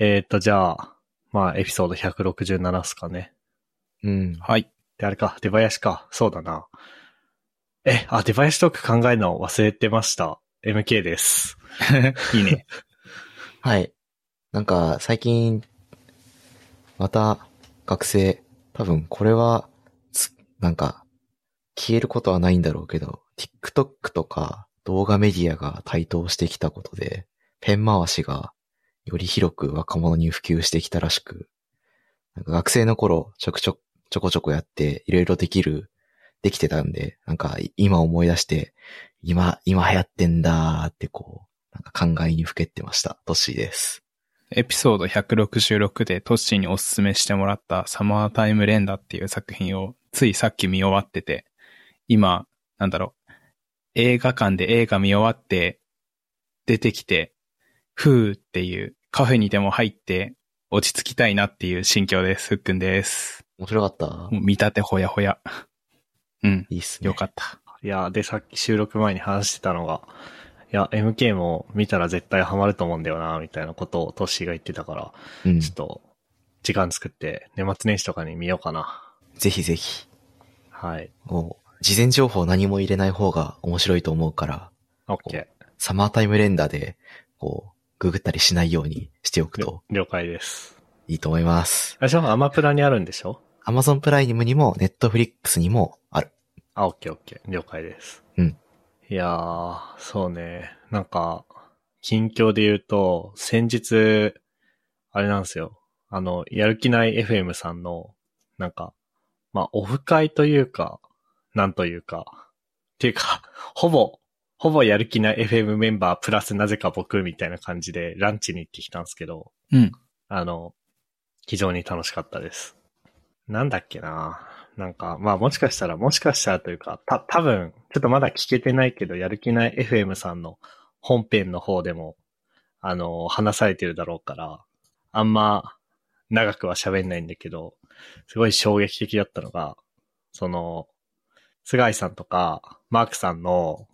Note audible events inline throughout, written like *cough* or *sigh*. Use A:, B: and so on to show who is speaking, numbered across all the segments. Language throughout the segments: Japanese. A: えーっと、じゃあ、まあ、エピソード167っすかね。
B: うん。
C: はい。
A: で、あれか、出囃子か。そうだな。え、あ、出囃子トーク考えるの忘れてました。MK です。
C: いいね。
B: *laughs* はい。なんか、最近、また、学生、多分これは、つなんか、消えることはないんだろうけど、TikTok とか動画メディアが台頭してきたことで、ペン回しがより広く若者に普及してきたらしく、なんか学生の頃、ちょくちょく、ちょこちょこやって、いろいろできる、できてたんで、なんか今思い出して、今、今流行ってんだーってこう、なんか感慨にふけってました。トッシーです。
C: エピソード166でトッシーにおすすめしてもらったサマータイムレンダっていう作品をついさっき見終わってて、今、なんだろう、映画館で映画見終わって、出てきて、ふーっていうカフェにでも入って落ち着きたいなっていう心境です。ふっくんです。
B: 面白かった
C: もう見立てほやほや。うん、
B: いいっすね。
C: よかった。
A: いや、で、さっき収録前に話してたのが、いや、MK も見たら絶対ハマると思うんだよな、みたいなことをトッシーが言ってたから、
B: うん。
A: ちょっと、時間作って、年末年始とかに見ようかな。
B: ぜひぜひ。
A: はい。
B: もう、事前情報何も入れない方が面白いと思うから、
A: OK。
B: サマータイムレンダーで、こう、ググったりしないようにしておくと
A: 了了解です。
B: いいと思います。
A: あれでしょアマプラにあるんでしょ
B: Amazon プライムにも、Netflix にもある。
A: あ、オッケーオッケー。了解です。
B: うん。
A: いやー、そうね。なんか、近況で言うと、先日、あれなんですよ。あの、やる気ない FM さんの、なんか、まあ、オフ会というか、なんというか、っていうか、 *laughs* ほぼ、ほぼやる気ない FM メンバープラスなぜか僕みたいな感じでランチに行ってきたんですけど、
C: うん。
A: あの、非常に楽しかったです。なんだっけななんか、まあもしかしたら、もしかしたらというか、た、多分、ちょっとまだ聞けてないけど、やる気ない FM さんの本編の方でも、あの、話されてるだろうから、あんま長くは喋んないんだけど、すごい衝撃的だったのが、その、菅井さんとか、マークさんの、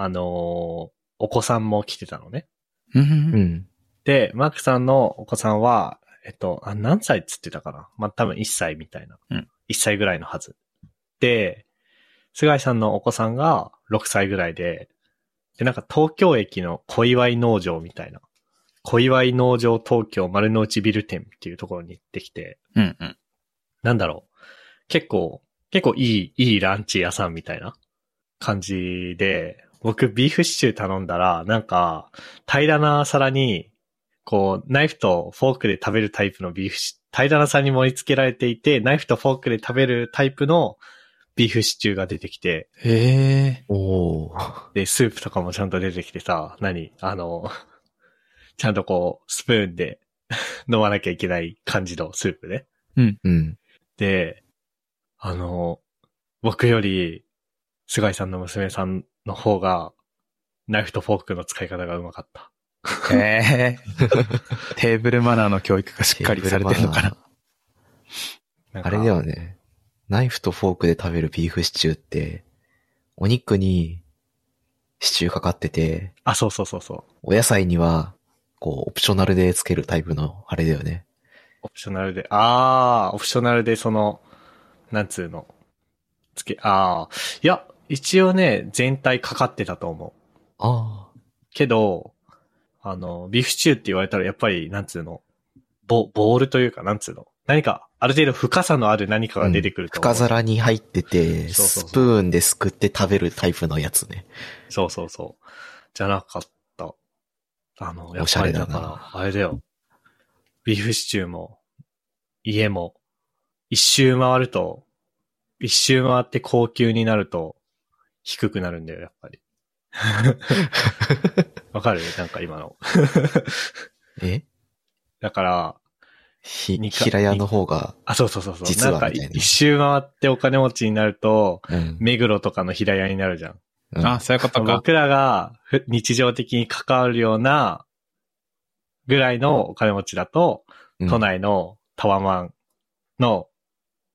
A: あのお子さんも来てたのね。
C: う。
B: うんん。
A: で、マークさんのお子さんは、えっと、あ何歳っつってたかなまあ、多分1歳みたいな。
C: うん
A: 1歳ぐらいのはず。で、菅井さんのお子さんが6歳ぐらいで、で、なんか東京駅の小祝農場みたいな。小祝農場東京丸の内ビル店っていうところに行ってきて、
C: うん。うん。
A: なんだろう。結構、結構いい、いいランチ屋さんみたいな感じで、僕ビーフシチュー頼んだら、なんか、平らな皿に、こう、ナイフとフォークで食べるタイプのビーフシ、平らな皿に盛り付けられていて、ナイフとフォークで食べるタイプのビーフシチューが出てきて、
C: へえ。
B: おー。
A: で、スープとかもちゃんと出てきてさ、何あの、ちゃんとこう、スプーンで *laughs* 飲まなきゃいけない感じのスープね。
B: うん。
A: で、あの、僕より、菅井さんの娘さんの方が、ナイフとフォークの使い方がうまかった。
C: へえ。テーブルマナーの教育がしっかりされてるのかな。
A: なんか
B: あれだよね。ナイフとフォークで食べるビーフシチューって、お肉にシチューかかってて、
A: あ、そうそうそうそう。
B: お野菜には、こう、オプショナルでつけるタイプの、あれだよね。
A: オプショナルで、あー、オプショナルでその、なんつうの、つけ、あー、いや、一応ね、全体かかってたと思う。
B: ああ。
A: けど、あの、ビーフシチューって言われたらやっぱり、なんつうの、ボ、ボールというか、なんつうの、何か、ある程度深さのある何かが出てくると思う。
B: 深皿に入ってて、
A: そうそうそう
B: スプーンですくって食べるタイプのやつね。
A: そうそうそう。じゃなかった。あの、やっ
B: おしゃ
A: ぱ
B: れ
A: りだ
B: だな
A: から、あれだよ。ビーフシチューも、家も、一周回ると、一周回って高級になると、低くなるんだよ、やっぱ
B: *laughs*
A: り。わかるなんか今の。
B: え
A: だから、
B: ひ、
A: 二回
B: 平屋の方が、
A: あ、そうそうそうそう。
B: 実は
A: なんか
B: みたいな
A: 一周回ってお金持ちになると、
B: うん。
A: 目黒とかの平屋になるじゃん。
B: うん
C: あ、そういうことか。
A: 僕らがふ日常的に関わるようなぐらいのお金持ちだと、
B: うん
A: 都。内のタワマンの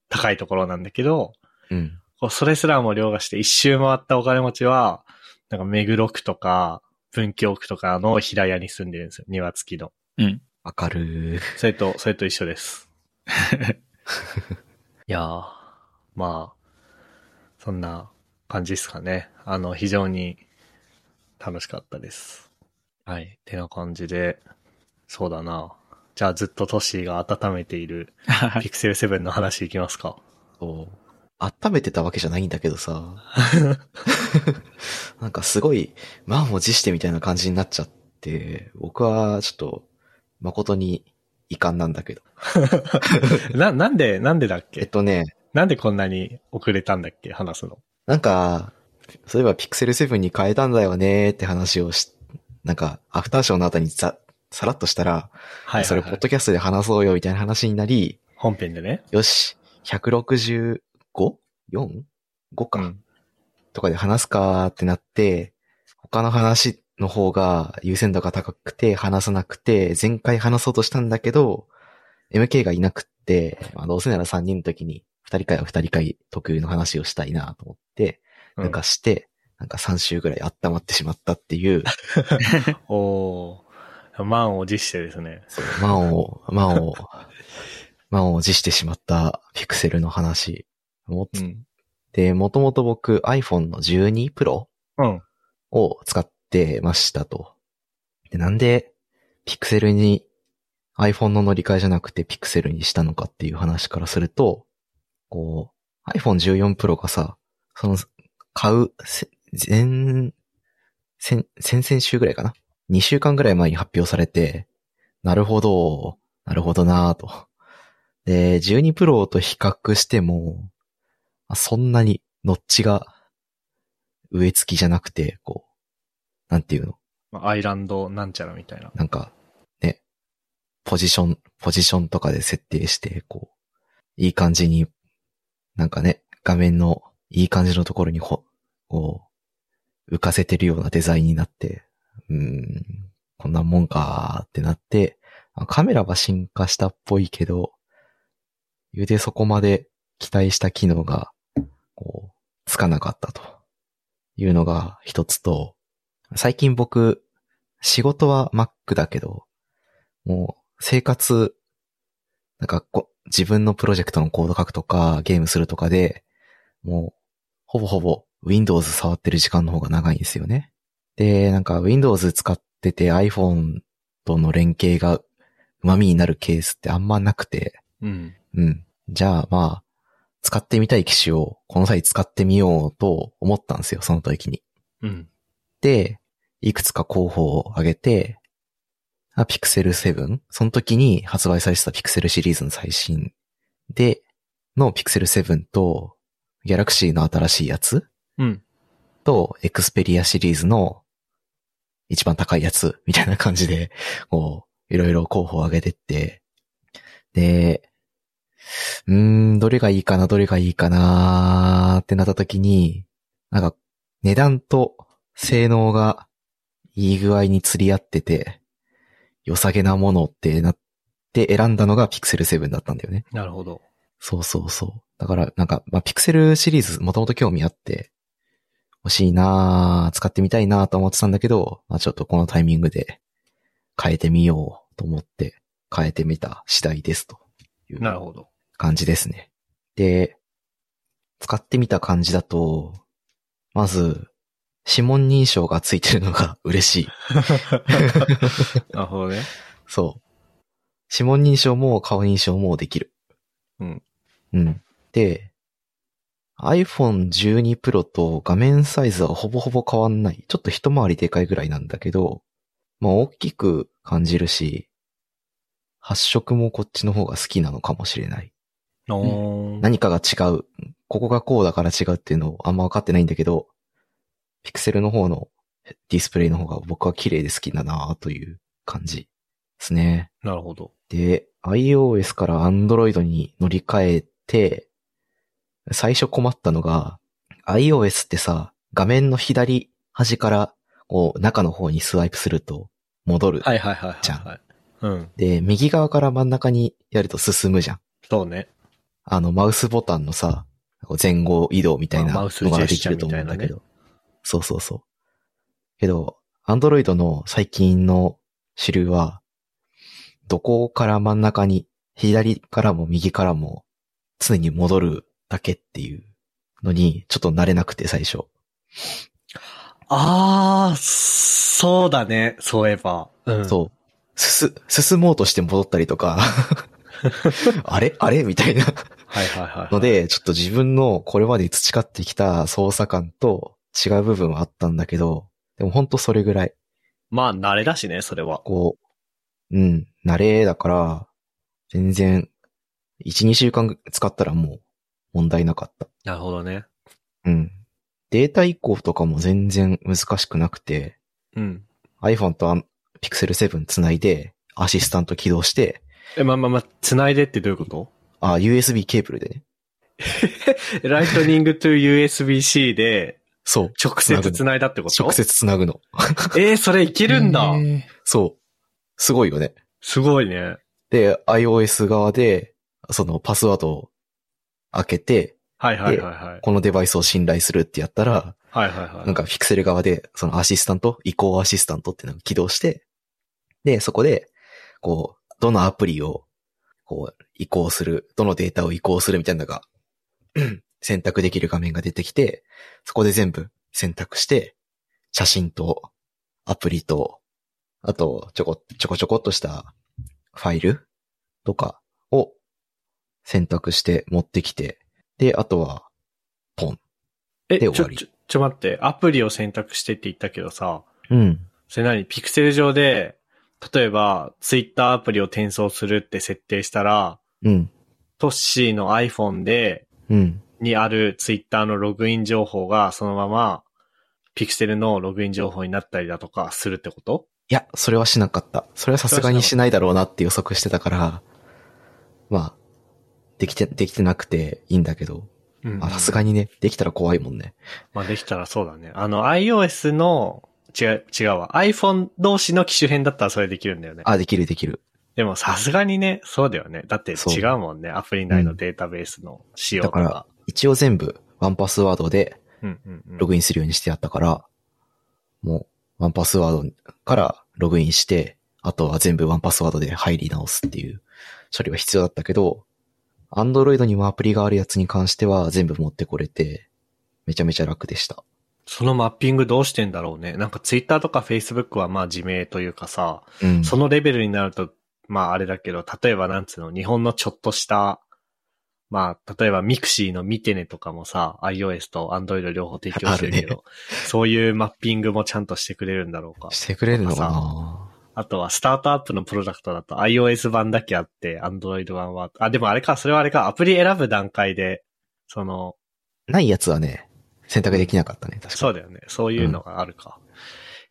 A: 高いところなんだけど、
B: うん。
A: こうそれすらも凌駕して一周回ったお金持ちは、なんか目黒区とか文京区とかの平屋に住んでるんですよ。庭付きの。
C: うん。
B: わかるー。
A: それと、それと一緒です。 *laughs* いやー、まあ、そんな感じですかね。あの、非常に楽しかったです。はい。てな感じで、そうだな。じゃあずっとトッシーが温めているピクセル7の話いきますか。
B: そう。温めてたわけじゃないんだけ
A: *laughs*
B: どさ。なんかすごい、満を持してみたいな感じになっちゃって、僕はちょっと、誠に遺憾なんだけど。
A: な、なんで、なんでだっ
B: えっ
A: け
B: とね、
A: なんでこんなに遅れたんだっけ話すの。
B: なんか、そういえばピクセル7に変えたんだよねーって話をし、なんか、アフターショーの後にざさらっとしたら、
A: はいはい、はい。
B: それポッドキャストで話そうよみたいな話になり、
A: 本編でね。
B: よし、165?4?5 か、
A: うん
B: とかで話すかーってなって、他の話の方が優先度が高くて話さなくて、前回話そうとしたんだけど、MK がいなくって、まあ、どうせなら3人の時に2人会は2人会特有の話をしたいなと思って、
A: うん
B: なんかして、なんか3週ぐらい温まってしまったっていう、
A: おー、満を持してですね。
B: そう満を、満を、満を持してしまったピクセルの話。もう
A: うん。
B: で、もともと僕 iPhone の12 Pro
A: うん。
B: を使ってましたと。で、なんで Pixel に iPhone の乗り換えじゃなくて Pixel にしたのかっていう話からすると、こう、iPhone 14 Pro がさ、その、買う、せ前、先、先々週ぐらいかな ?2 週間ぐらい前に発表されて、なるほど、なるほどなぁと。で、12 Pro と比較しても、あそんなにノッチが植え付きじゃなくて、こう、なんていうの
A: まあアイランドなんちゃらみたいな。
B: なんか、ね、ポジション、ポジションとかで設定して、こう、いい感じに、なんかね、画面のいい感じのところにほ、こう、浮かせてるようなデザインになって、うーん、こんなもんかーってなって、あカメラは進化したっぽいけど、ゆでそこまで期待した機能が、こう、つかなかったというのが一つと、最近僕、仕事は Mac だけど、もう生活、なんかこ自分のプロジェクトのコード書くとか、ゲームするとかで、もう、ほぼほぼ Windows 触ってる時間の方が長いんですよね。で、なんか Windows 使ってて iPhone との連携が旨味になるケースってあんまなくて、
A: うん。
B: うん。じゃあまあ、使ってみたい機種をこの際使ってみようと思ったんですよ、その時に。
A: うん。
B: で、いくつか候補を挙げて、あ、ピクセル7。その時に発売されてたピクセルシリーズの最新で、のピクセル7と、ギャラクシーの新しいやつ
A: うん。
B: と、エクスペリアシリーズの一番高いやつみたいな感じで、こう、いろいろ候補を挙げてって、で、うーん、どれがいいかな、どれがいいかなーってなった時に、なんか、値段と性能がいい具合に釣り合ってて、良さげなものってなって選んだのが Pixel 7だったんだよね。
A: なるほど。
B: そうそうそう。だから、なんか、まあ、ピクセルシリーズもともと興味あって、欲しいなぁ、使ってみたいなぁと思ってたんだけど、まあ、ちょっとこのタイミングで変えてみようと思って変えてみた次第ですという
A: なるほど。
B: 感じですね。で、使ってみた感じだと、まず、指紋認証がついてるのが *laughs* 嬉しい。
A: なるほどね。
B: そう。指紋認証も顔認証もできる。
A: うん。
B: うん。で、iPhone 12 Pro と画面サイズはほぼほぼ変わんない。ちょっと一回りでかいぐらいなんだけど、まあ大きく感じるし、発色もこっちの方が好きなのかもしれない。
A: おー
B: 何かが違う。ここがこうだから違うっていうのをあんま分かってないんだけど、ピクセルの方のディスプレイの方が僕は綺麗で好きだなという感じですね。
A: なるほど。
B: で、iOS から Android に乗り換えて、最初困ったのが、iOS ってさ、画面の左端から、こう、中の方にスワイプすると戻る。
A: はいはいはいはい、
B: じゃ
A: はい。うん。
B: で、右側から真ん中にやると進むじゃん。
A: そうね。
B: あの、マウスボタンのさ、前後移動みたいな
A: まあマ
B: の
A: ウスジ
B: が
A: ェ
B: で
A: ス
B: き
A: チャー
B: る
A: み
B: と
A: たい
B: 思う
A: なんね
B: だけど。そうそうそう。けど、アンドロイドの最近の主流は、どこから真ん中に、左からも右からも、常に戻るだけっていうのに、ちょっと慣れなくて最初。
A: あー、そうだね、そういえば。うん。う。
B: そう。すす、 *laughs* 進もうとして戻ったりとか、 *laughs* あれあれみたいな。
A: はいはいはい、はい。
B: ので、ちょっと自分のこれまで培ってきた操作感と違う部分はあったんだけど、でもほんとそれぐらい、
A: まあ、慣れだしね、それは。
B: こう、うん、慣れだから、全然、1、2週間使ったらもう問題なかった。
A: なるほどね。
B: うん。データ移行とかも全然難しくなくて、
A: うん。
B: iPhone とあん Pixel 7つないで、アシスタント起動して、
A: え、まあまあまあ、繋いでってどういうこと
B: あ、USB ケーブルでね。
A: *laughs* ライトニングと USB-C で
B: そう。
A: 直接繋いだってこと
B: 直。接つなぐの。
A: *laughs* えー、それいけるんだ。
C: え
B: そう。すごいよね。
A: すごいね。
B: で、iOS 側で、そのパスワードを開けて、
A: はいはいはいはい。
B: このデバイスを信頼するってやったら、
A: はいはいはい。
B: なんかピクセル側で、そのアシスタント、移行アシスタントっていうのを起動して、で、そこで、こう、どのアプリを、こう、移行する、どのデータを移行するみたいなのが、 *clears throat* 選択できる画面が出てきて、そこで全部選択して、写真と、アプリと、あと、ちょこ、ちょこちょこっとしたファイルとかを選択して持ってきて、で、あとは、ポン。
A: え、ち
B: で
A: ょ、
B: 終
A: ち
B: わ
A: ょ
B: り、
A: ちょ待って、アプリを選択してって言ったけどさ、
B: うん。
A: それ何ピクセル上で、例えば、ツイッターアプリを転送するって設定したら、
B: うん。
A: トッシーの iPhone で、
B: うん。
A: にあるツイッターのログイン情報がそのまま、ピクセルのログイン情報になったりだとかするってこと
B: いや、それはしなかった。それはさすがにしないだろうなって予測してたから、まあ、できて、できてなくていいんだけど、
A: うん
B: まあさすがにね、できたら怖いもんね。
A: まあできたらそうだね。あの iOS の、違う、違うわ。iPhone 同士の機種編だったらそれできるんだよね。
B: あ、できるできる。
A: でもさすがにね、そうだよね。だって違うもんね。アプリ内のデータベースの仕様と
B: うんだ
A: か。
B: 一応全部、ワンパスワードで
A: うんうんうん
B: ログインするようにしてあったから、もう、ワンパスワードからログインして、あとは全部ワンパスワードで入り直すっていう処理は必要だったけど、Android にもアプリがあるやつに関しては全部持ってこれて、めちゃめちゃ楽でした。
A: そのマッピングどうしてんだろうね。なんか Twitter とか Facebook はまあ自明というかさ、
B: うん。
A: そのレベルになると、まああれだけど、例えばなんつうの、日本のちょっとした、まあ、例えばミクシーの見てねとかもさ、iOS と Android 両方提供してるけ
B: ある
A: ど、そういうマッピングもちゃんとしてくれるんだろうか。
B: してくれるのか
A: と
B: な
A: あとは、スタートアップのプロダクトだと iOS 版だけあって、Android 版は、あ、でもあれか、それはあれか、アプリ選ぶ段階で、その、
B: ないやつはね、選択できなかったね、確か
A: そうだよね、そういうのがあるか。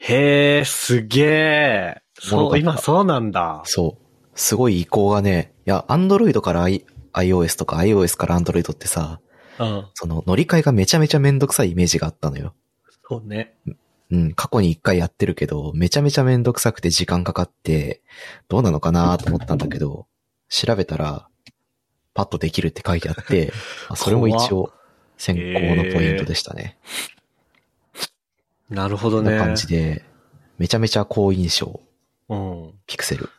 A: へえ、すげえ。
B: おもろ
A: そう、
B: かった
A: 今そうなんだ
B: に。。そう。すごい移行がね、いや、Android から I iOS とか iOS から Android ってさ、
A: うん。
B: その乗り換えがめちゃめちゃめんどくさいイメージがあったのよ。
A: そうね。
B: うん、過去に一回やってるけど、めちゃめちゃめんどくさくて時間かかって、どうなのかなと思ったんだけど、調べたら、パッとできるって書いてあ *laughs* って、あそれも一応、選考のポイントでしたね。
A: なるほど
B: こん
A: ね。
B: な感じで、めちゃめちゃ好印象、
A: うん。
B: ピクセル。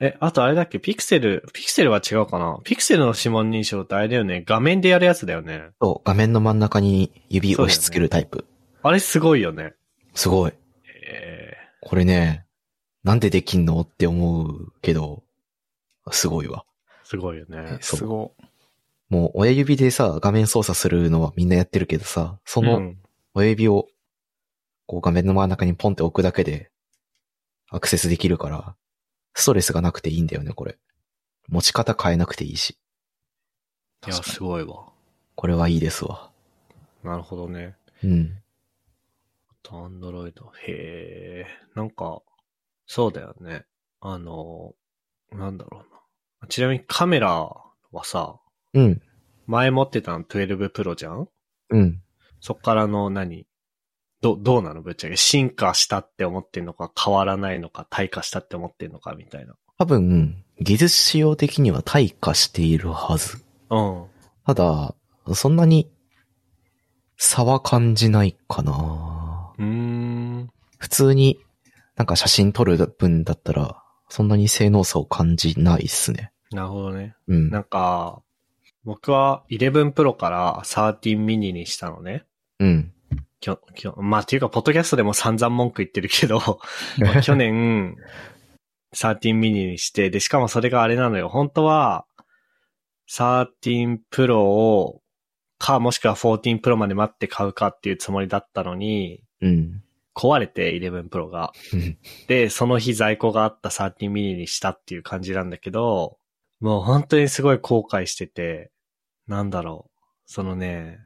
A: え、あとあれだっけ、ピクセル、ピクセルは違うかな。ピクセルの指紋認証ってあれだよね、画面でやるやつだよね。
B: そう、画面の真ん中に指を押し付けるタイプ。
A: あれすごいよね。
B: すごい。
A: え
B: これね、なんでできんのって思うけど、すごいわ。
A: ー、すごいよね。
C: すご
B: もう親指でさ、画面操作するのはみんなやってるけどさ、そ
A: うん
B: の親指を、こう画面の真ん中にポンって置くだけで、アクセスできるから、ストレスがなくていいんだよね、これ。持ち方変えなくていいし。
A: いや、
B: 確かに
A: すごいわ。
B: これはいいですわ。
A: なるほどね。
B: うん。
A: アンドロイド。へえ。なんか、そうだよね。あの、なんだろうな。ちなみにカメラはさ、
B: うん。
A: 前持ってたの12 Pro じゃん
B: うん。
A: そっからの何ど、どうなのぶっちゃけ。進化したって思ってんのか、変わらないのか、退化したって思ってんのか、みたいな。
B: 多分、技術仕様的には退化しているはず。
A: うん。
B: ただ、そんなに差は感じないかな。
A: うーん。
B: 普通になんか写真撮る分だったらそんなに性能差を感じないっすね。
A: なるほどね。
B: うん。
A: なんか、僕は11 Pro から13 mini にしたのね。
B: うん。
A: きょ、きょ、まあ、っていうか、ポッドキャストでも散々文句言ってるけど、ま
B: *laughs*
A: あ去年、13ミニにして、で、しかもそれがあれなのよ。本当は、13プロを、か、もしくは14プロまで待って買うかっていうつもりだったのに、
B: うん。
A: 壊れて11プロが。で、その日在庫があった13ミニにしたっていう感じなんだけど、もう本当にすごい後悔してて、なんだろう。そのね、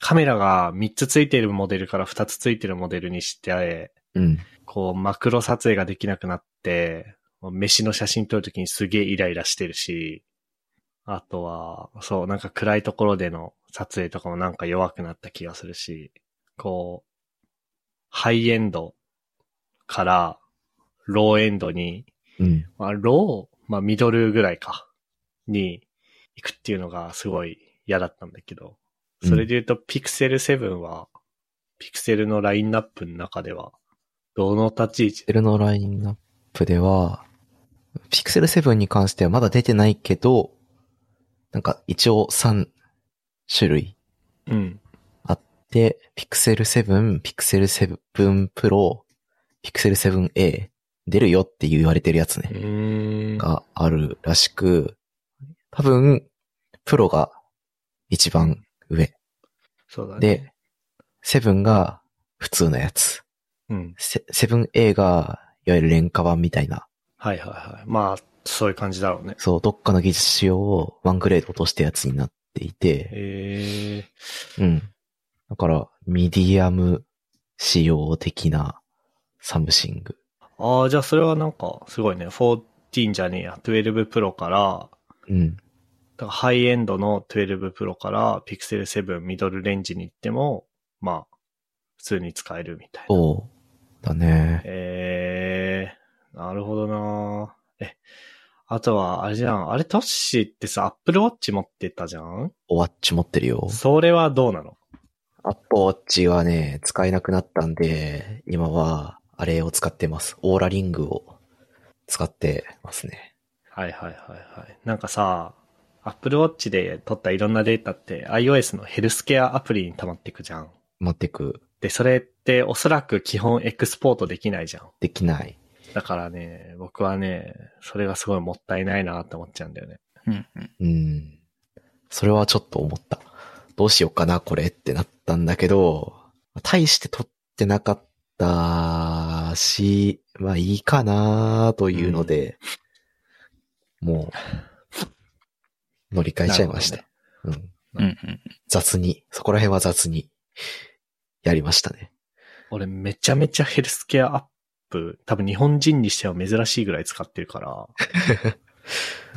A: カメラが3つついてるモデルから2つついてるモデルにして、
B: うん。
A: こう、マクロ撮影ができなくなって、もう飯の写真撮るときにすげえイライラしてるし、あとは、そう、なんか暗いところでの撮影とかもなんか弱くなった気がするし、こう、ハイエンドからローエンドに、
B: うん。
A: まあ、ロー、まあ、ミドルぐらいか、に行くっていうのがすごい嫌だったんだけど、それで言うと、ピクセル7は、ピクセルのラインナップの中では、どの立ち位置
B: ピクセルのラインナップでは、ピクセル7に関してはまだ出てないけど、なんか一応3種類
A: うん。
B: あって、ピクセル7、ピクセル7 Pro、ピクセル 7A 出るよって言われてるやつね、
A: ん
B: があるらしく、多分、プロが一番上
A: そうだね。
B: で、7が普通のやつ。
A: うん。
B: セ 7A がいわゆる廉価版みたいな
A: はいはいはい。まあ、そういう感じだろうね。
B: そう、どっかの技術仕様をワングレード落としたやつになっていて、
A: え
B: うん。だから、ミディアム仕様的なサムシング。
A: ー。ああ、じゃあそれはなんか、すごいね。14じゃねえや。12プロから、
B: うん。
A: だからハイエンドの12プロから、ピクセル7ミドルレンジに行っても、まあ、普通に使えるみたいな。
B: そう。だね。
A: えー、なるほどなえ、あとは、あれじゃん。あれ、トッシーってさ、Apple Watch 持ってたじゃん
B: おワッチ持ってるよ。
A: それはどうなの
B: アップウォッチはね、使えなくなったんで、今は、あれを使ってます。オーラリングを使ってますね。
A: はいはいはいはい。なんかさ、Apple Watch で取ったいろんなデータって iOS のヘルスケアアプリに溜まっていくじゃん。
B: 持ってく、
A: で、それっておそらく基本エクスポートできないじゃん。
B: できない。
A: だからね、僕はね、それがすごいもったいないなって思っちゃうんだよね。
C: うんうん
B: うん。それはちょっと思った。どうしようかな、これってなったんだけど、大して撮ってなかったし、まあいいかなというので、もう、乗り換えちゃいました。
A: な
B: うん。
C: うんうん。
B: 雑に、そこら辺は雑に、やりましたね。
A: 俺めちゃめちゃヘルスケアアップ、多分日本人にしては珍しいぐらい使ってる
B: *laughs*
A: から、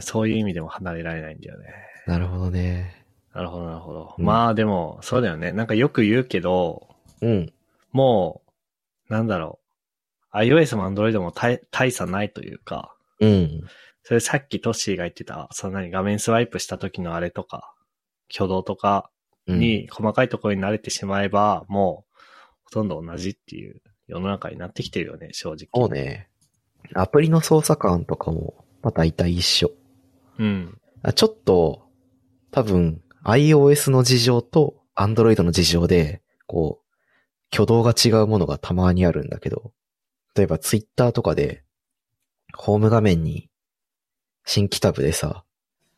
A: そういう意味でも離れられないんだよね。
B: なるほどね。
A: なるほどなるほど。
B: うん
A: まあでも、そうだよね。なんかよく言うけど、
B: うん。
A: もう、なんだろう。iOS も Android も大大差ないというか、
B: うん。
A: それさっきトッシーが言ってた、そんなに画面スワイプした時のあれとか、挙動とか
B: うん、
A: に細かいところに慣れてしまえば、もう、ほとんど同じっていう世の中になってきてるよね、正直。
B: そうね。アプリの操作感とかも、まあ大体一緒。
A: うん。
B: あちょっと、多分、iOS の事情と Android の事情で、こう、挙動が違うものがたまにあるんだけど、例えば Twitter とかで、ホーム画面に、新規タブでさ、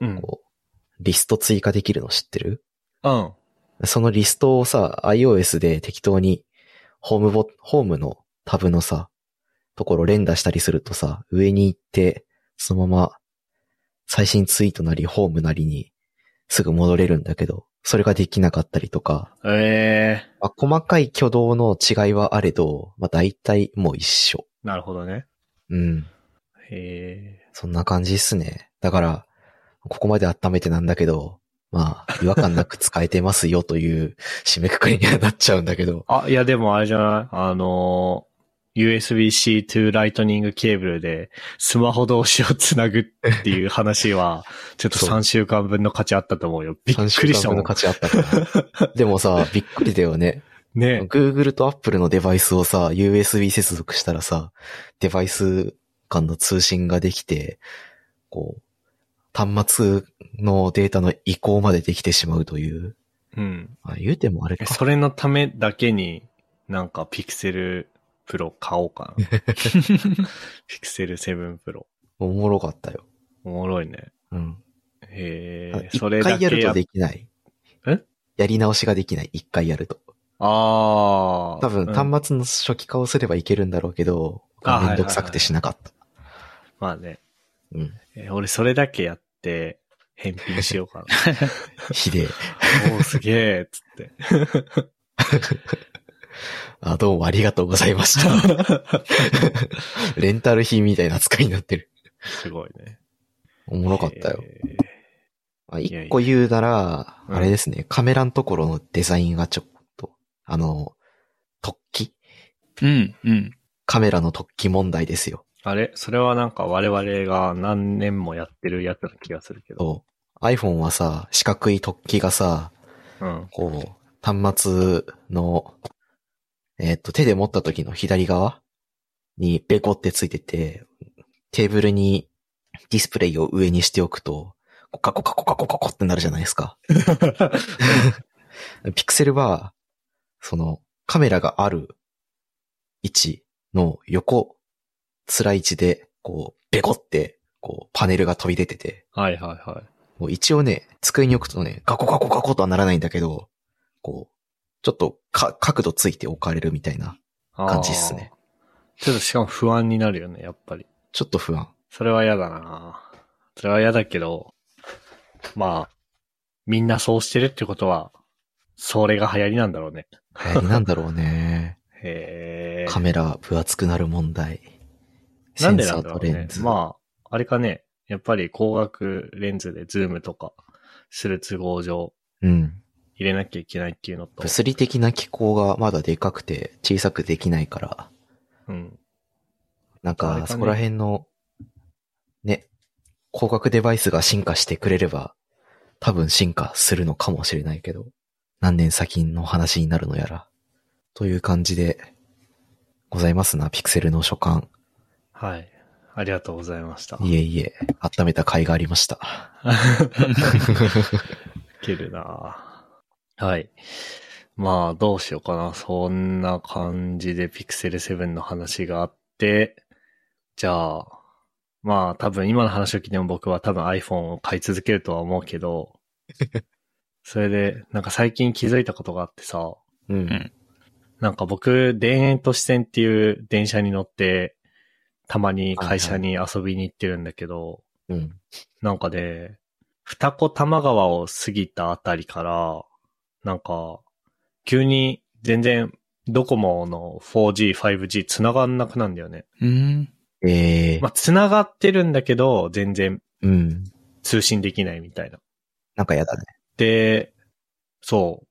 A: うん。
B: こう、リスト追加できるの知ってる
A: うん。
B: そのリストをさ、iOS で適当に、ホームボ、ホームのタブのさ、ところ連打したりするとさ、上に行って、そのまま、最新ツイートなり、ホームなりに、すぐ戻れるんだけど、それができなかったりとか、
A: ええ
B: まあ、細かい挙動の違いはあれど、まあ大体もう一緒。
A: ー、なるほどね。
B: うん。
A: ええ
B: そんな感じっすね。だから、ここまで温めてなんだけど、まあ、違和感なく使えてますよという締めくくりにはなっちゃうんだけど。
A: ー。あ、いやでもあれじゃないあのー USB-C to Lightning ケーブルでスマホ同士をつなぐっていう話は、ちょっと
B: *laughs* そう
A: 3週間分の価値あったと思うよ。びっくりしたもん
B: の。価値あったから。でもさ、びっくりだよね。
A: ね。
B: Google と Apple のデバイスをさ、USB 接続したらさ、デバイス間の通信ができて、こう、端末のデータの移行までできてしまうという。
A: うん。
B: あ、言うてもあれ
A: え
B: か。
A: それのためだけに、なんかピクセルプロ買おうかな。ピクセル7プロ。
B: おもろかったよ。
A: おもろいね。
B: うん。
A: へ
B: ただ
A: え、
B: 一
A: それだ
B: 回
A: け
B: やると
A: っ
B: できない。
A: え
B: やり直しができない。一回やると。
A: ああ。
B: 多分、
A: うん
B: 端末の初期化をすればいけるんだろうけど、
A: あ
B: めんどくさくてしなかった。
A: まあね。
B: うん。
A: え俺それだけやって、返品しようかな。
B: *laughs* ひでえ。
A: おお、すげえ、つって。
B: あ、どうもありがとうござい
A: *laughs*
B: ました。レンタル費みたいな扱いになってる。
A: すごいね。
B: おもろかったよ。
A: へ
B: まあ、
A: いやいや
B: 一個言うなら、
A: うん
B: あれですね、カメラのところのデザインがちょっと、あの、突起
C: うん、うん。
B: カメラの突起問題ですよ。
A: ー。あれそれはなんか我々が何年もやってるやつな気がするけど。
B: そう。iPhone はさ、四角い突起がさ、
A: うん。
B: こう、端末の、えーっと、手で持った時の左側にベコってついてて、テーブルにディスプレイを上にしておくと、こうカコカコカコカコってなるじゃないですか。ピクセルは、その、カメラがある位置の横、辛い位置で、こう、ベコって、こう、パネルが飛び出てて、
A: はいはいはい。
B: もう一応ね、机に置くとね、ガコガコガコとはならないんだけど、こう、ちょっとか角度ついて置かれるみたいな
A: あー
B: 感じっすね。。
A: ちょっとしかも不安になるよね、やっぱり。
B: ちょっと不安。
A: それは嫌だなそれは嫌だけど、まあ、みんなそうしてるってことは、それが流行りなんだろうね。
B: 流行りなんだろ
A: *laughs*
B: うね。
A: へえ。
B: カメラ分厚くなる問題。
A: なんでなんだろう
B: センサーとレ
A: ね
B: ン。ズ
A: まあ、あれかね、やっぱり光学レンズでズームとかする都合上
B: うん。
A: 入れなきゃいけないっていうのと、
B: 物理的な機構がまだでかくて小さくできないから、
A: うん。あ
B: なん
A: れか
B: か
A: ね
B: そこら辺の、ね、光学デバイスが進化してくれれば、多分進化するのかもしれないけど、何年先の話になるのやら。という感じで、ございますな、ピクセルの所感。
A: はい。ありがとうございました。
B: いえいえ、温めた甲斐がありました。
A: いけるなはい。まあ、どうしようかな。そんな感じでピクセル7の話があって、じゃあ、まあ、多分今の話を聞いても僕は多分 iPhone を買い続けるとは思うけ *laughs* ど、それで、なんか最近気づいたことがあってさ、
B: うんん。
A: なんか僕、田園都市線っていう電車に乗って、たまに会社に遊びに行ってるんだけど、
B: うん。
A: なんかね、二子玉川を過ぎたあたりから、なんか、急に全然ドコモの 4G、5G 繋がんなくなんだよね。
C: うん。
B: えー、
A: まあ、繋がってるんだけど、全然
B: うん。
A: 通信できないみたいな。
B: なんかやだね。
A: で、そ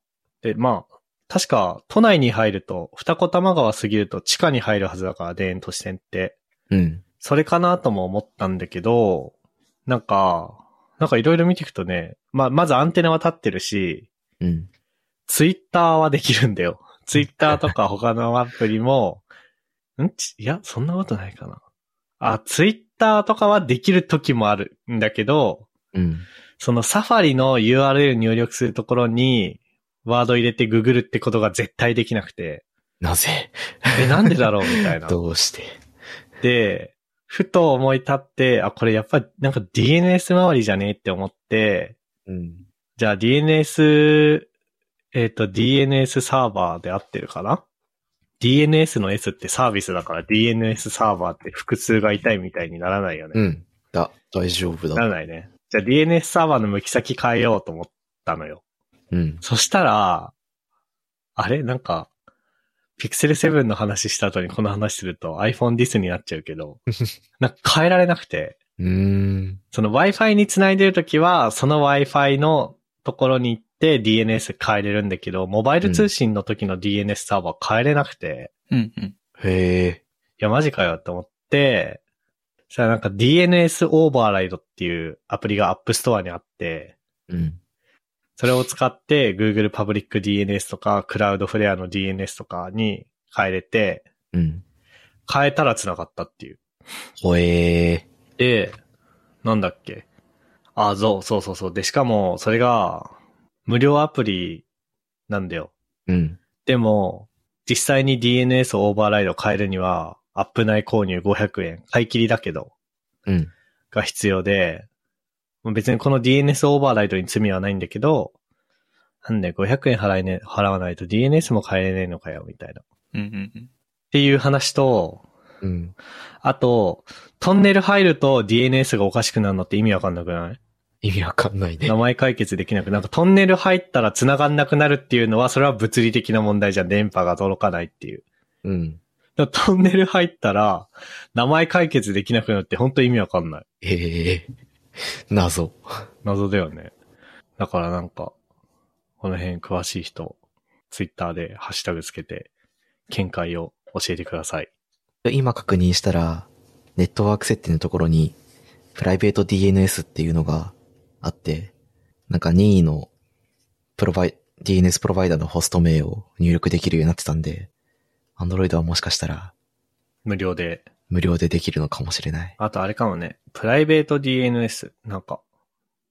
A: う。で、まあ、確か都内に入ると、二子玉川過ぎると地下に入るはずだから、田園都市線って。
B: うん。
A: それかなとも思ったんだけど、なんか、なんかいろいろ見ていくとね、まあ、まずアンテナは立ってるし、
B: うん。
A: ツイッターはできるんだよ。ツイッターとか他のアプリも、んちいや、そんなことないかな。あ、ツイッターとかはできる時もあるんだけど、
B: うん。
A: そのサファリの URL 入力するところに、ワード入れてググるってことが絶対できなくて、
B: なぜ
A: え、なんでだろうみたいな。
B: どうして
A: で、ふと思い立って、あ、これやっぱりなんか DNS 周りじゃねえって思って、
B: うん。
A: じゃあ DNS、えっ、と DNS サーバーで合ってるかな ?DNS の S ってサービスだから DNS サーバーって複数がいたいみたいにならないよね。
B: うん。だ、大丈夫
A: なら
B: だ。
A: ないね。じゃあ DNS サーバーの向き先変えようと思ったのよ。
B: うん。
A: そしたら、あれなんか、ピクセル7の話した後にこの話すると iPhone ディスになっちゃうけど、なんか変えられなくて。
B: うーん。
A: その Wi-Fi につないでるときは、その Wi-Fi のところに行って DNS 変えれるんだけど、モバイル通信の時の DNS サーバー変えれなくて、
C: うん、うん。
B: へ
A: い
B: え。
A: や、マジかよって思って、そしたらなんか DNS オーバーライドっていうアプリが App Store にあって、
B: うん。
A: それを使って Google Public DNS とか Cloudflare の DNS とかに変えれて、
B: うん。
A: 変えたら繋がったっていう。
B: ほえ
A: で、なんだっけ。あ、そう、そうそうそう。で、しかも、それが、無料アプリなんだよ。
B: ー。うん。
A: でも、実際に DNS オーバーライド変えるには、アップ内購入500円、買い切りだけど、
B: うん。
A: が必要で、もう別にこの DNS オーバーライドに罪はないんだけど、なんで500円払いね、払わないと DNS も変えれねえのかよ、みたいな。っ
C: うんうんうん。
A: ていう話と、
B: うん。
A: あと、トンネル入ると DNS がおかしくなるのって意味わかんなくない
B: 意味わかんない
A: *laughs*
B: ね
A: 名。前解決できなく、なんかトンネル入ったら繋がんなくなるっていうのは、それは物理的な問題じゃん電波が届かないっていう。
B: うん。
A: だからトンネル入ったら、名前解決できなくなるって本当意味わかんない。
B: ええー。謎。
A: 謎だよね。だからなんか、この辺詳しい人、ツイッターでハッシュタグつけて、見解を教えてください。
B: 今確認したら、ネットワーク設定のところに、プライベート DNS っていうのがあって、なんか任意のプロバイ、DNS プロバイダーのホスト名を入力できるようになってたんで、Android はもしかしたら
A: 無料で。
B: 無料でできるのかもしれない。
A: あとあれかもね、プライベート DNS。なんか、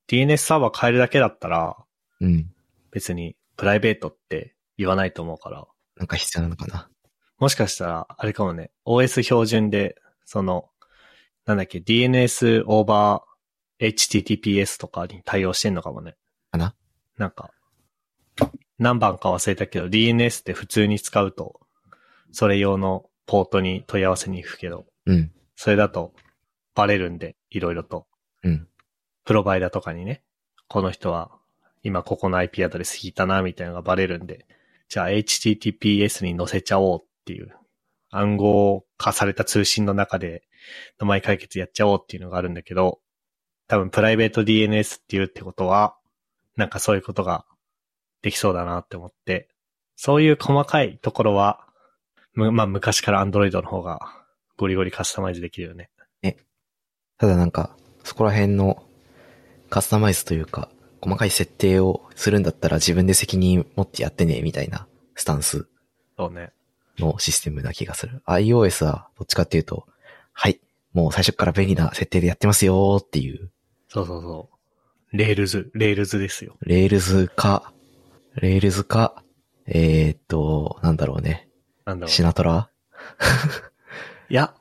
A: DNS サーバー変えるだけだったら、
B: うん。
A: 別にプライベートって言わないと思うから、
B: なんか必要なのかな。
A: もしかしたら、あれかもね、OS 標準で、その、なんだっけ、DNS over HTTPS とかに対応してんのかもね。
B: かな
A: なんか、何番か忘れたけど、DNS って普通に使うと、それ用のポートに問い合わせに行くけど、
B: うん。
A: それだとバレるんで、いろいろと。
B: うん。
A: プロバイダーとかにね、この人は今ここの IP アドレス引いたな、みたいなのがバレるんで、じゃあ HTTPS に載せちゃおうっていう、暗号化された通信の中で名前解決やっちゃおうっていうのがあるんだけど、多分プライベート DNS っていうってことは、なんかそういうことができそうだなって思って、そういう細かいところは、むまあ昔から Android の方がゴリゴリカスタマイズできるよね。
B: ただなんか、そこら辺のカスタマイズというか、細かい設定をするんだったら自分で責任持ってやってね、みたいなスタンス
A: そうね。
B: のシステムな気がする。iOS はどっちかっていうと、はい、もう最初から便利な設定でやってますよーっていう、
A: そうそうそう。レールズ、レールズですよ。
B: Rails か、Rails か、えー、っと、なんだろうね、
A: なんだろう。
B: シナトラ
A: いや、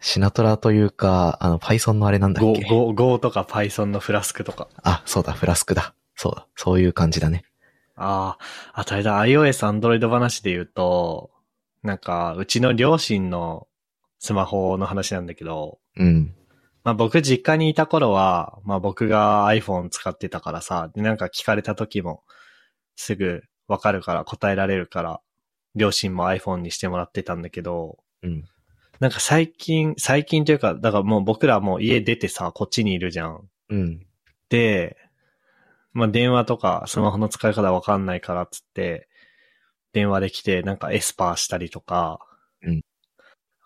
B: シナトラというか、あの、Python のあれなんだっ
A: Go,
B: け
A: Go, Go とか Python のフラスクとか。
B: あ、そうだ、フラスクだ。そうだ、そういう感じだね。
A: ああ、あとあれだ、iOS、Android 話で言うと、なんか、うちの両親のスマホの話なんだけど、
B: うん、
A: まあ僕実家にいた頃は、まあ僕が iPhone 使ってたからさ、でなんか聞かれた時もすぐわかるから答えられるから、両親も iPhone にしてもらってたんだけど、
B: うん、
A: なんか最近、最近というか、だからもう僕らもう家出てさ、こっちにいるじゃん。
B: うん、
A: で、まあ、電話とかスマホの使い方わかんないからっつって、電話で来てなんかエスパーしたりとか、
B: うん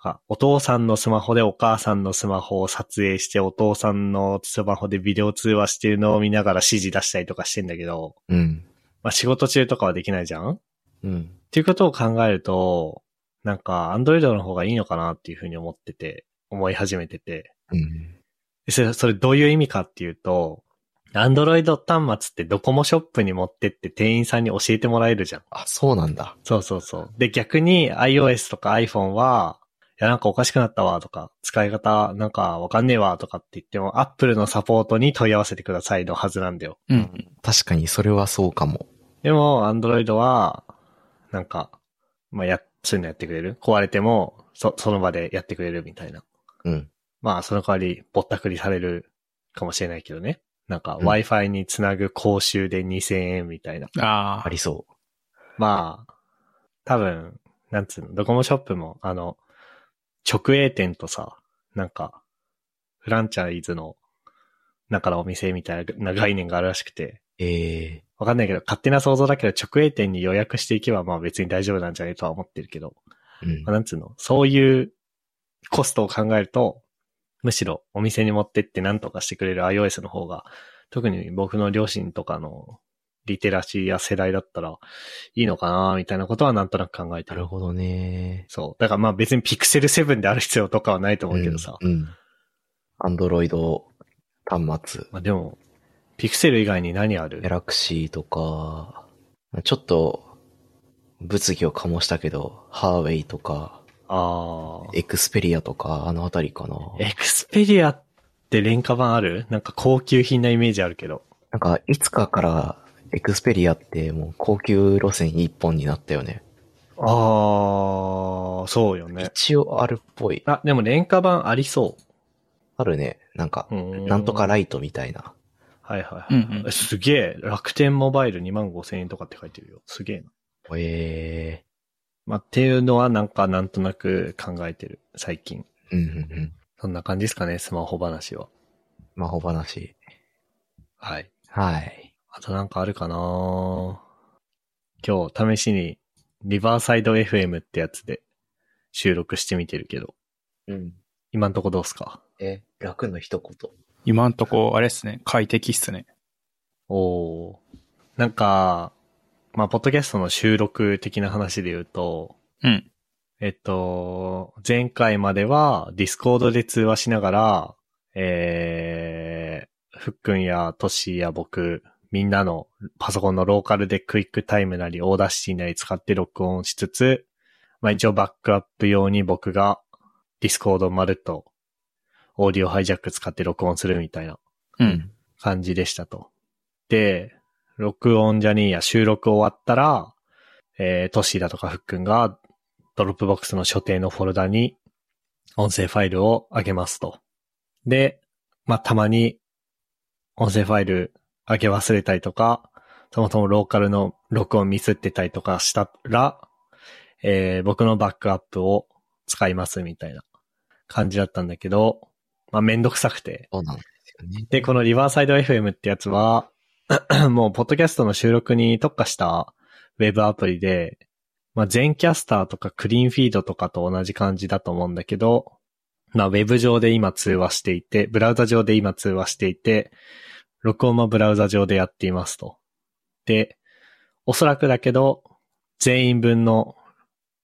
A: あお父さんのスマホでお母さんのスマホを撮影して、お父さんのスマホでビデオ通話してるのを見ながら指示出したりとかしてんだけど、
B: うん、
A: まあ、仕事中とかはできないじゃんっ
B: うん、
A: ていうことを考えると、なんか、アンドロイドの方がいいのかなっていうふうに思ってて、思い始めてて。
B: うん、
A: でそれ、それどういう意味かっていうと、アンドロイド端末ってドコモショップに持ってって店員さんに教えてもらえるじゃん。
B: あ、そうなんだ。
A: そうそうそう。で、逆に iOS とか iPhone は、いや、なんかおかしくなったわとか、使い方なんかわかんねえわとかって言っても、Apple のサポートに問い合わせてくださいのはずなんだよ。
C: うん。
B: 確かにそれはそうかも。
A: でも、アンドロイドは、なんか、まあ、や、そういうのやってくれる壊れても、そ、その場でやってくれるみたいな。
B: うん、
A: まあ、その代わり、ぼったくりされるかもしれないけどね。なんか、
B: うん
A: Wi-Fi につなぐ講習で2000円みたいな。
C: あ
B: ありそ
A: まあ、多分、なんつうの、ドコモショップも、あの、直営店とさ、なんか、フランチャイズの中のお店みたいな概念があるらしくて、
B: う。ええ
A: わかんないけど、勝手な想像だけど、直営店に予約していけば、まあ別に大丈夫なんじゃないとは思ってるけど、
B: うん
A: まあ、なんつうの、そういうコストを考えると、むしろお店に持ってって何とかしてくれる iOS の方が、特に僕の両親とかのリテラシーや世代だったらいいのかなみたいなことはなんとなく考えて
B: な
A: る
B: る。ほどね。
A: そう。だからまあ別にピクセル7である必要とかはないと思うけどさ。
B: うん。うんアンドロイド端末、
A: まあでも、ピクセル以外に何あ
B: ギャ
A: る
B: ラクシーとか、ちょっと物議を醸したけど、ハーウェイとか、
A: ああ。
B: エクスペリアとか、あのあたりかな。
A: エクスペリアって廉価版あるなんか高級品なイメージあるけど。
B: なんか、いつかから、エクスペリアってもう高級路線一本になったよね。
A: ああ、そうよね。
B: 一応あるっぽい。
A: あ、でも廉価版ありそ
B: あるね。なんか
A: う。、な
B: なんとかライトみたいな。
A: はいはいはい。
C: うんうん
A: すげえ、楽天モバイル2万5千円とかって書いてるよ。すげえな。
B: え
A: まあ、っていうのはなんかなんとなく考えてる、最近。
B: えうんうんうん。
A: そんな感じですかね、スマホ話は。
B: 魔法話。
A: はい。
B: はい。
A: あとなんかあるかな今日試しに、リバーサイド FM ってやつで収録してみてるけど、
B: うん。
A: 今んとこどうっすか
B: え、楽の一言。
C: 今んとこ、あれっすね。快適っすね。
A: おーなんか、まあ、ポッドキャストの収録的な話で言うと、
C: うん。
A: えっと、前回まではディスコードで通話しながら、えー、ふっくんやトッシーや僕、みんなのパソコンのローカルでクイックタイムなりオーダーシティなり使って録音しつつ、まあ一応バックアップ用に僕がディスコードまるっとオーディオハイジャック使って録音するみたいな
C: うん。
A: 感じでしたと。で、録音じゃねえや、収録終わったら、えー、トッシーだとかフックンが、ドロップボックスの所定のフォルダに、音声ファイルを上げますと。で、まあ、たまに、音声ファイル上げ忘れたりとか、そもそもローカルの録音ミスってたりとかしたら、えー、僕のバックアップを使いますみたいな感じだったんだけど、まあ、めんどくさくて、
B: そうなんですよね。
A: で、このリバーサイド FM ってやつは、 *clears throat* もう、ポッドキャストの収録に特化したウェブアプリで、まあ、全キャスターとかクリーンフィードとかと同じ感じだと思うんだけど、まあ、ウェブ上で今通話していて、ブラウザ上で今通話していて、録音もブラウザ上でやっていますと。で、おそらくだけど、全員分の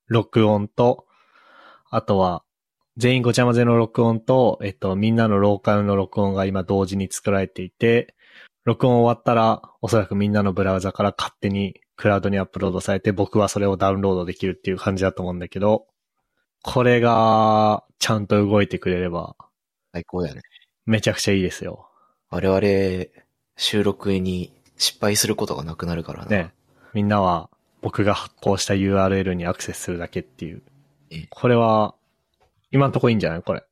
A: 録音と、あとは、全員ごちゃ混ぜの録音と、えっと、みんなのローカルの録音が今同時に作られていて、録音終わったら、おそらくみんなのブラウザから勝手にクラウドにアップロードされて、僕はそれをダウンロードできるっていう感じだと思うんだけど、これが、ちゃんと動いてくれれば、
B: 最高だよね。
A: めちゃくちゃいいですよ。
B: 我々、収録に失敗することがなくなるからな。
A: ね。みんなは、僕が発行した URL にアクセスするだけっていう
B: うん。
A: これは、今んとこいいんじゃないこれ。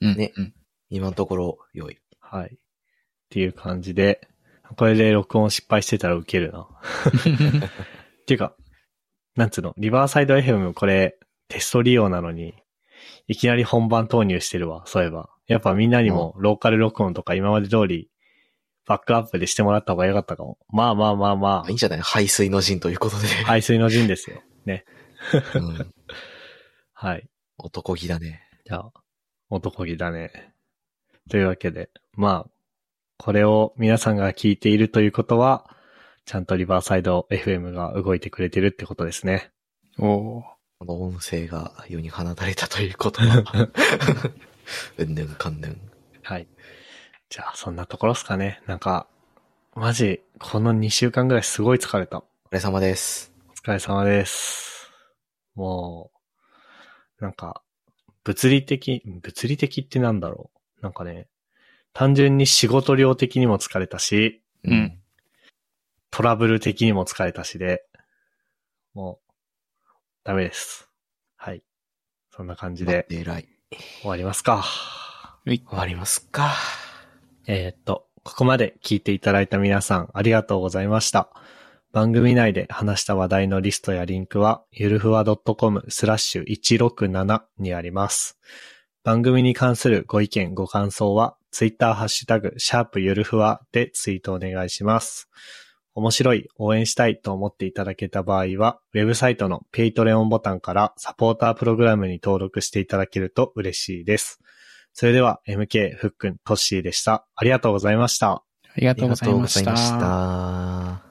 C: うん。
B: ね
C: うん。
B: 今のところ、良い。
A: はい。っていう感じで、これで録音失敗してたらウケるな。っていうか、なんつうの、リバーサイド FM これテスト利用なのに、いきなり本番投入してるわ、そういえば。やっぱみんなにもローカル録音とか今まで通り、バックアップでしてもらった方が良かったかも。まあまあまあま
B: あいいん
A: あ、
B: じゃない排水の陣ということで。
A: 排水の陣ですよ。ね。
B: うん
A: はい。
B: 男気だね。
A: じゃあ、男気だね。というわけで、まあ、これを皆さんが聞いているということは、ちゃんとリバーサイド FM が動いてくれてるってことですね。
C: おー
B: この音声が世に放たれたという *laughs* ことは。うんぬんかんぬん。
A: はい。じゃあ、そんなところですかね。なんか、マジ、この2週間ぐらいすごい疲れた。お
B: お疲れ様です。
A: 疲れ様です。もう、なんか、物理的、物理的ってなんだろう。なんかね、単純に仕事量的にも疲れたし、
C: うん。
A: トラブル的にも疲れたしで、もう、ダメです。はい。そんな感じ
B: で
A: で、
B: 偉い。
A: 終わりますか。
C: うい
B: 終わりますか。
A: えーっと、ここまで聞いていただいた皆さんありがとうございました。番組内で話した話題のリストやリンクは、ゆるふわ .com スラッシュ167にあります。番組に関するご意見、ご感想は、ツイッターハッシュタグ、シャープゆるふわでツイートお願いします。面白い、応援したいと思っていただけた場合は、ウェブサイトのペイトレオンボタンからサポータープログラムに登録していただけると嬉しいです。それでは、MK、ふっくん、トッシーでした。ありがとうございました。
C: ありが
B: あり
C: とう
B: が
C: ござい
B: とうご
C: ま
B: ざい
C: し。
B: ましたた。